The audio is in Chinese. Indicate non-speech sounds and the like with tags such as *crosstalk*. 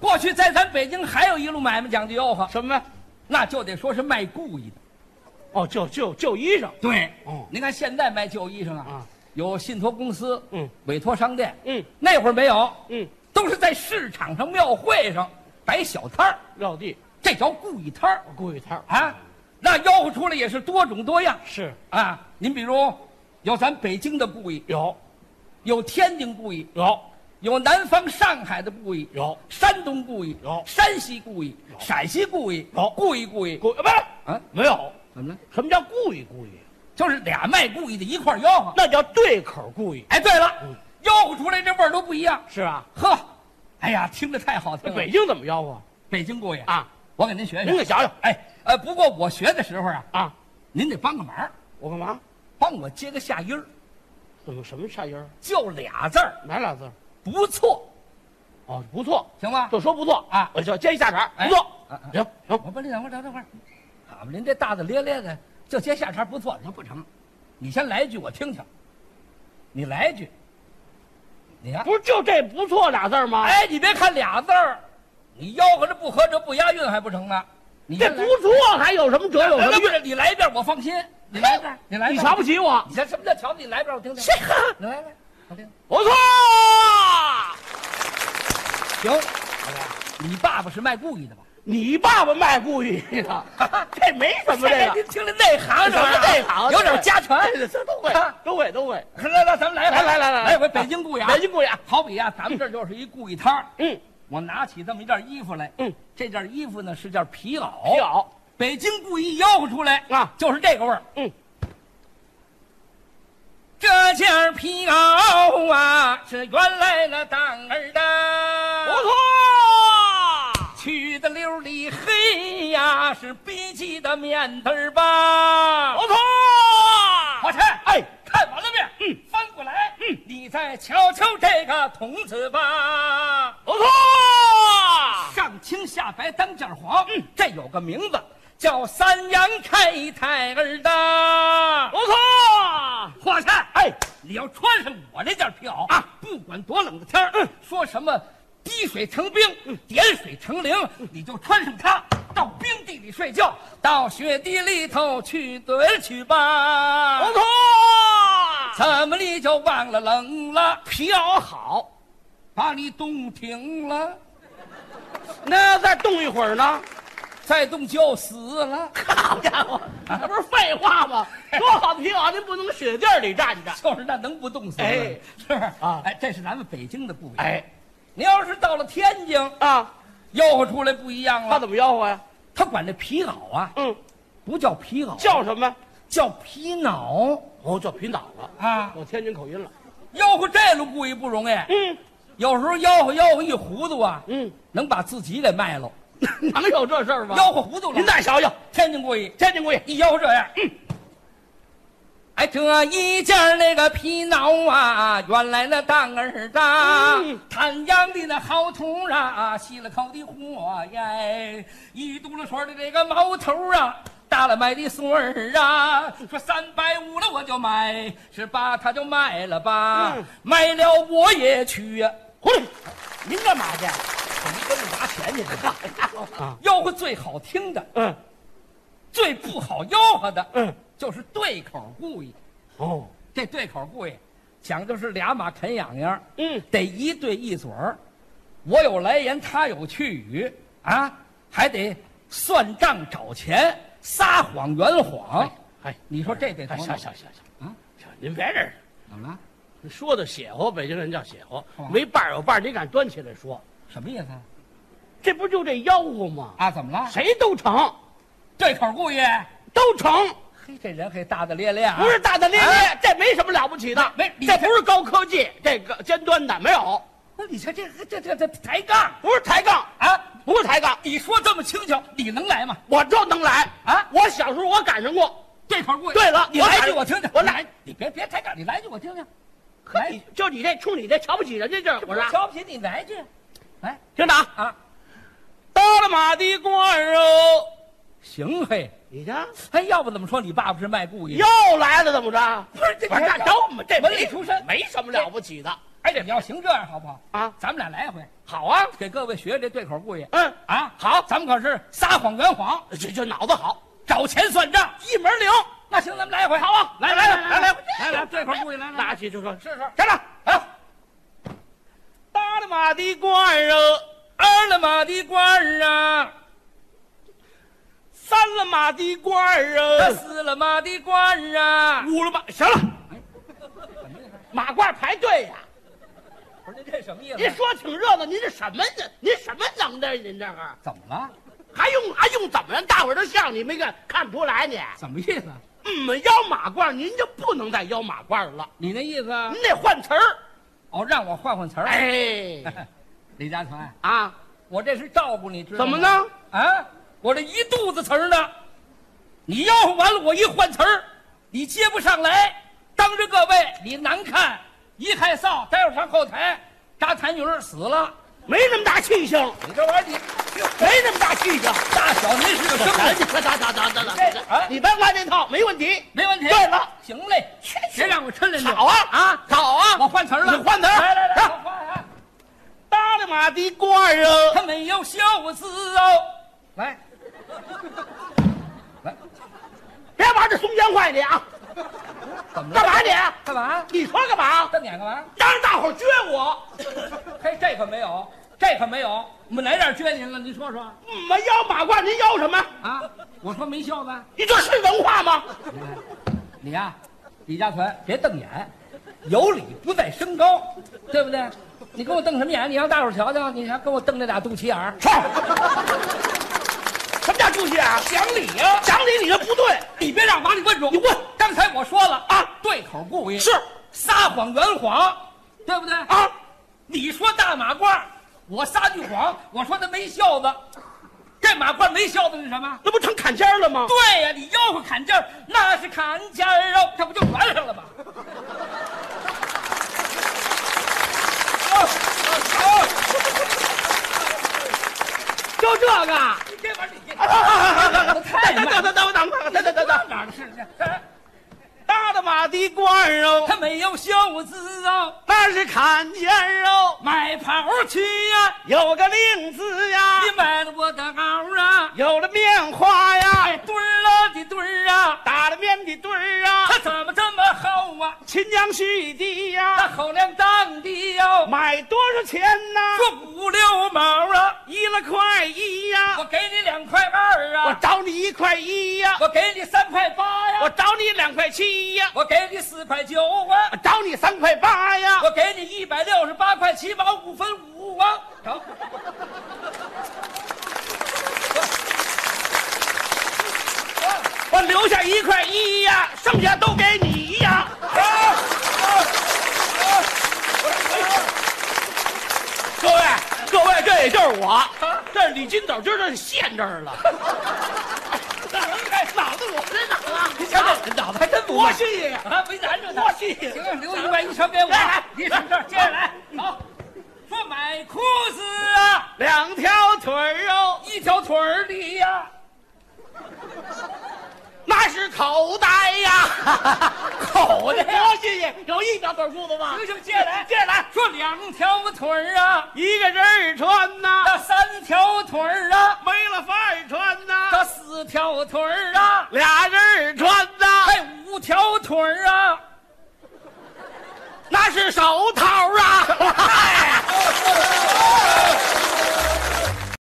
过去在咱北京还有一路买卖讲究吆喝，什么？那就得说是卖故意的。哦，就就就衣裳。对，哦您看现在卖旧衣裳啊，啊有信托公司，嗯，委托商店，嗯那会儿没有，嗯，都是在市场上、庙会上摆小摊儿，撂地这叫故意摊儿雇一摊儿啊。那吆喝出来也是多种多样哎是啊。您比如有咱北京的故意，有有天津故意，有有南方上海的故意，有山东故意，有山西故意，有陕西故意，有故意故意，故呃不是啊没有？怎么了？什么叫故意故意？就是俩卖故意的一块儿吆喝。那叫对口故意。哎，对了嗯，吆喝出来这味儿都不一样。是啊，呵，哎呀，听着太好听那了。北京怎么吆喝北京故意，啊？我给您学您学。给想想哎，呃，不过我学的时候啊，啊，您得帮个忙，我干嘛？帮我接个下音儿，怎么什么下音儿？就俩字儿，哪俩字儿？不错，哦，不错，行吗？就说不错啊我就接一下茬儿，哎不错啊啊，行我行，不是等会儿，等会儿，好嘛，您这大大咧咧的，就接下茬不错，那不成。你先来一句，我听听。你来一句，你呀、不是就这不错俩字儿吗？，哎，你别看俩字儿，你吆喝着不合辙不押韵还不成呢？你这先不来错还有什么辙有什哎么不哎用？是你来一遍，我放心。你来一遍，你来一你遍。瞧不起我？你先什么叫瞧不起？你来一遍，我听听。你来来，我听。 *laughs* 不错。行，你爸爸是卖故意的吧？你爸爸卖故意的，这没什么这哎您个，听着内行是吧？什么内行有点家传。这都会啊，都会，都会。来来，咱们来来来来来来回北京故意啊！北京故意啊，好比啊，咱们这儿就是一故意摊儿。嗯，我拿起这么一件衣服来，嗯，这件衣服呢是件皮袄。皮袄，北京故意吆喝出来啊就是这个味儿。嗯，这件皮袄啊是原来那当儿的，不错，去的溜里黑呀，是逼急的面子儿吧。不错。我去，哎，看完了没？嗯，翻过来，嗯，你再瞧瞧这个童子吧。不错，上青下白当件黄，嗯，这有个名字叫三阳开泰儿的。不错，花去，哎，你要穿上我这件皮袄啊，不管多冷的天儿，嗯，说什么滴水成冰，点水成灵，你就穿上它，到冰地里睡觉，到雪地里头去堆去吧。不错。怎么你就忘了冷了，皮袄好，把你冻停了，那再冻一会儿呢？再冻就死了。 *laughs* 好家伙，这不是废话 *laughs* 吗？多好的皮袄，您不能雪地儿里站着。就是那能不冻死吗？哎是不是啊哎，这是咱们北京的不一样。哎，您要是到了天津，啊，吆喝出来不一样他了。怎么吆喝呀？他管这皮袄啊，嗯，不叫皮袄，叫什么？叫皮袄哦，叫皮脑了。啊。有天津口音了。吆喝这路故意不容易，哎嗯有时候吆喝吆喝一糊涂啊，嗯，能把自己给卖了。能有这事儿吗？吆喝糊涂了，您再瞧瞧，天津故意。天津故意一吆喝这样，哎，这一件那个皮袄啊，原来那当儿的嗯，滩阳的那好土啊，吸了口的火呀，一嘟噜水的这个毛头啊。大了买的孙儿啊，说三百五了我就买，是把它就卖了吧，嗯卖了我也去呀。回来您干嘛去？我们跟着拿钱去。 *laughs* 啊，吆喝最好听的，嗯最不好吆喝的，嗯，就是对口故意。哦，这对口故意，讲究是俩马啃痒痒，嗯，得一对一嘴儿，我有来言，他有去语啊，还得算账找钱，撒谎圆谎。哎，你说这得多哎少行行行行啊啊，行，您别这儿，怎么了？你说的邪乎，北京人叫邪乎是吗，没伴儿有伴儿，你敢端起来说，什么意思啊这不就这吆喝吗？啊？怎么了？谁都成，对口故意？都成，嘿，这人还大大咧咧啊！不是大大咧啊咧，这哎没什么了不起的，没你这不是高科技，这个尖端的没有，那你瞧这这这这抬杠不是抬杠，啊！不是抬杠，你说这么轻巧，你能来吗？我就能来啊 *laughs* 我小时候我赶上过，对口故意。对了你来一句我我听听。我你来一句，你别别抬杠，你来一句我听听。可你就你这冲你这瞧不起人家劲儿，我我说啊瞧不起你来一句，来听着啊。啊！到了马的官儿哦，行啊嘿，你家哎，要不怎么说你爸爸是卖布艺？又来了，怎么着？不是这不是这都没这文没理出身，没什么了不起的。哎，你要行这样好不好？啊咱们俩来一回，好啊，给各位学这对口故事。嗯啊，好，咱们可是撒谎圆谎，这这脑子好，找钱算账，一门灵。那行，咱们来一回，好啊！来来来来来来来，对口故事来来，拿起就说试试。站长，啊，打了马的官儿啊，二了马的官儿啊，三了马的官儿啊，四了马的官儿啊。五了马，行了，嗯马褂排队呀、不是您这什么意啊您？说挺热闹，您这什么这？您什么能耐？您这个怎么了？还用还用怎么样？大伙儿都笑你没看看不出来你。怎么意思？啊嗯，腰马褂您就不能再腰马褂了，你那意思啊？您得换词儿。哦，让我换换词儿。哎， *laughs* 李嘉诚， *laughs* 啊，我这是照顾你，知道怎吗么呢？啊，我这一肚子词儿呢，你吆喝完了，我一换词儿，你接不上来，当着各位你难看，一害臊，待会儿上后台扎痰盂儿死了，没那么大气性，你这玩意儿你没那么大气性。大小您是个生 *laughs* 哎人，你可打打打打哎打！你别玩这套，没问题。没问题。对了，行嘞，别让我抻着你。好啊啊，好啊！我换词儿了，你换词儿来来来，啊我换啊，搭了马的褂儿啊，他没有孝子哦，来，来，别玩这松江话你啊！怎么了？干嘛你？啊干嘛？你说干嘛？瞪眼干嘛？让人大伙儿撅我， *laughs* 嘿，这可没有，这可没有，我们来这儿撅您了，您说说没腰马褂，您腰什么？啊？我说没孝子，你这是文化吗？你呀、李嘉存，别瞪眼，有理不在身高，对不对？你跟我瞪什么眼？你让大伙儿瞧瞧，你还跟我瞪这俩肚脐眼儿，操！什么叫出息啊？讲理呀、讲理你这不对，你别让法理问住，你问刚才我说了啊，对口故意是撒谎圆谎，对不对？啊？你说大马褂，我撒句谎，我说他没孝子，这马褂没孝子是什么？那不成砍尖儿了吗？对呀、你吆喝砍价，那是砍价哦，这不就圆上了吗？就这个。这玩意啊啊啊啊啊！儿你太等等等等等等等等等，哪儿的事情？大的马的褂儿哦，他没有袖子哦，那是砍尖儿哦，买袍去呀，有个领子呀，你买了我的袄啊，有了棉花哎呀，墩儿了的墩儿啊，打了面的墩儿啊，他怎么这么厚啊？秦江蓄那地呀，口粮当的哟，买多少钱呐？说五六毛啊，一了块一呀，我给你两块二我啊，找你一块一呀，我给你三块八呀我，找你两块七呀，我给你四块九啊我。找你三块八呀，我给你一百六十八块七毛五分五啊！成。我留下一块一呀，剩下都给你呀。各位，各位，这也就是我，这是李金斗今儿这陷这儿了。哎脑子我在哪儿啊？你瞧这脑子还真不慢我戏呀，啊，没拦着呢我戏。行了，留一块一全给我。来来你上这儿接着来。好，说买裤子啊，两条腿儿哦，一条腿儿的呀，那是口袋 *laughs* 呀，口袋。我哎谢谢，有一条腿裤子吗行行，接着来。接着来，说两条腿儿啊，一个人儿穿呐，那三啊啊啊啊啊